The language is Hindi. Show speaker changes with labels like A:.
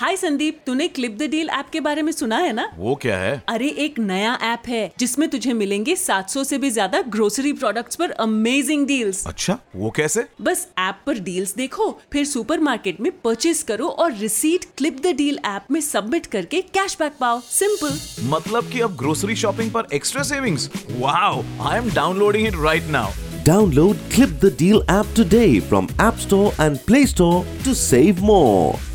A: हाय संदीप तूने क्लिप द डील ऐप के बारे में सुना है ना
B: वो क्या है
A: अरे एक नया ऐप है जिसमें तुझे मिलेंगे 700 से भी ज्यादा ग्रोसरी प्रोडक्ट्स पर अमेजिंग डील्स
B: अच्छा वो कैसे
A: बस ऐप पर डील्स देखो फिर सुपरमार्केट में परचेस करो और receipt clip the deal app में सबमिट करके कैशबैक पाओ सिंपल
B: मतलब कि अब ग्रोसरी शॉपिंग पर extra savings wow I am downloading it right now
C: Download Clip the Deal app today from App Store and Play Store to save more.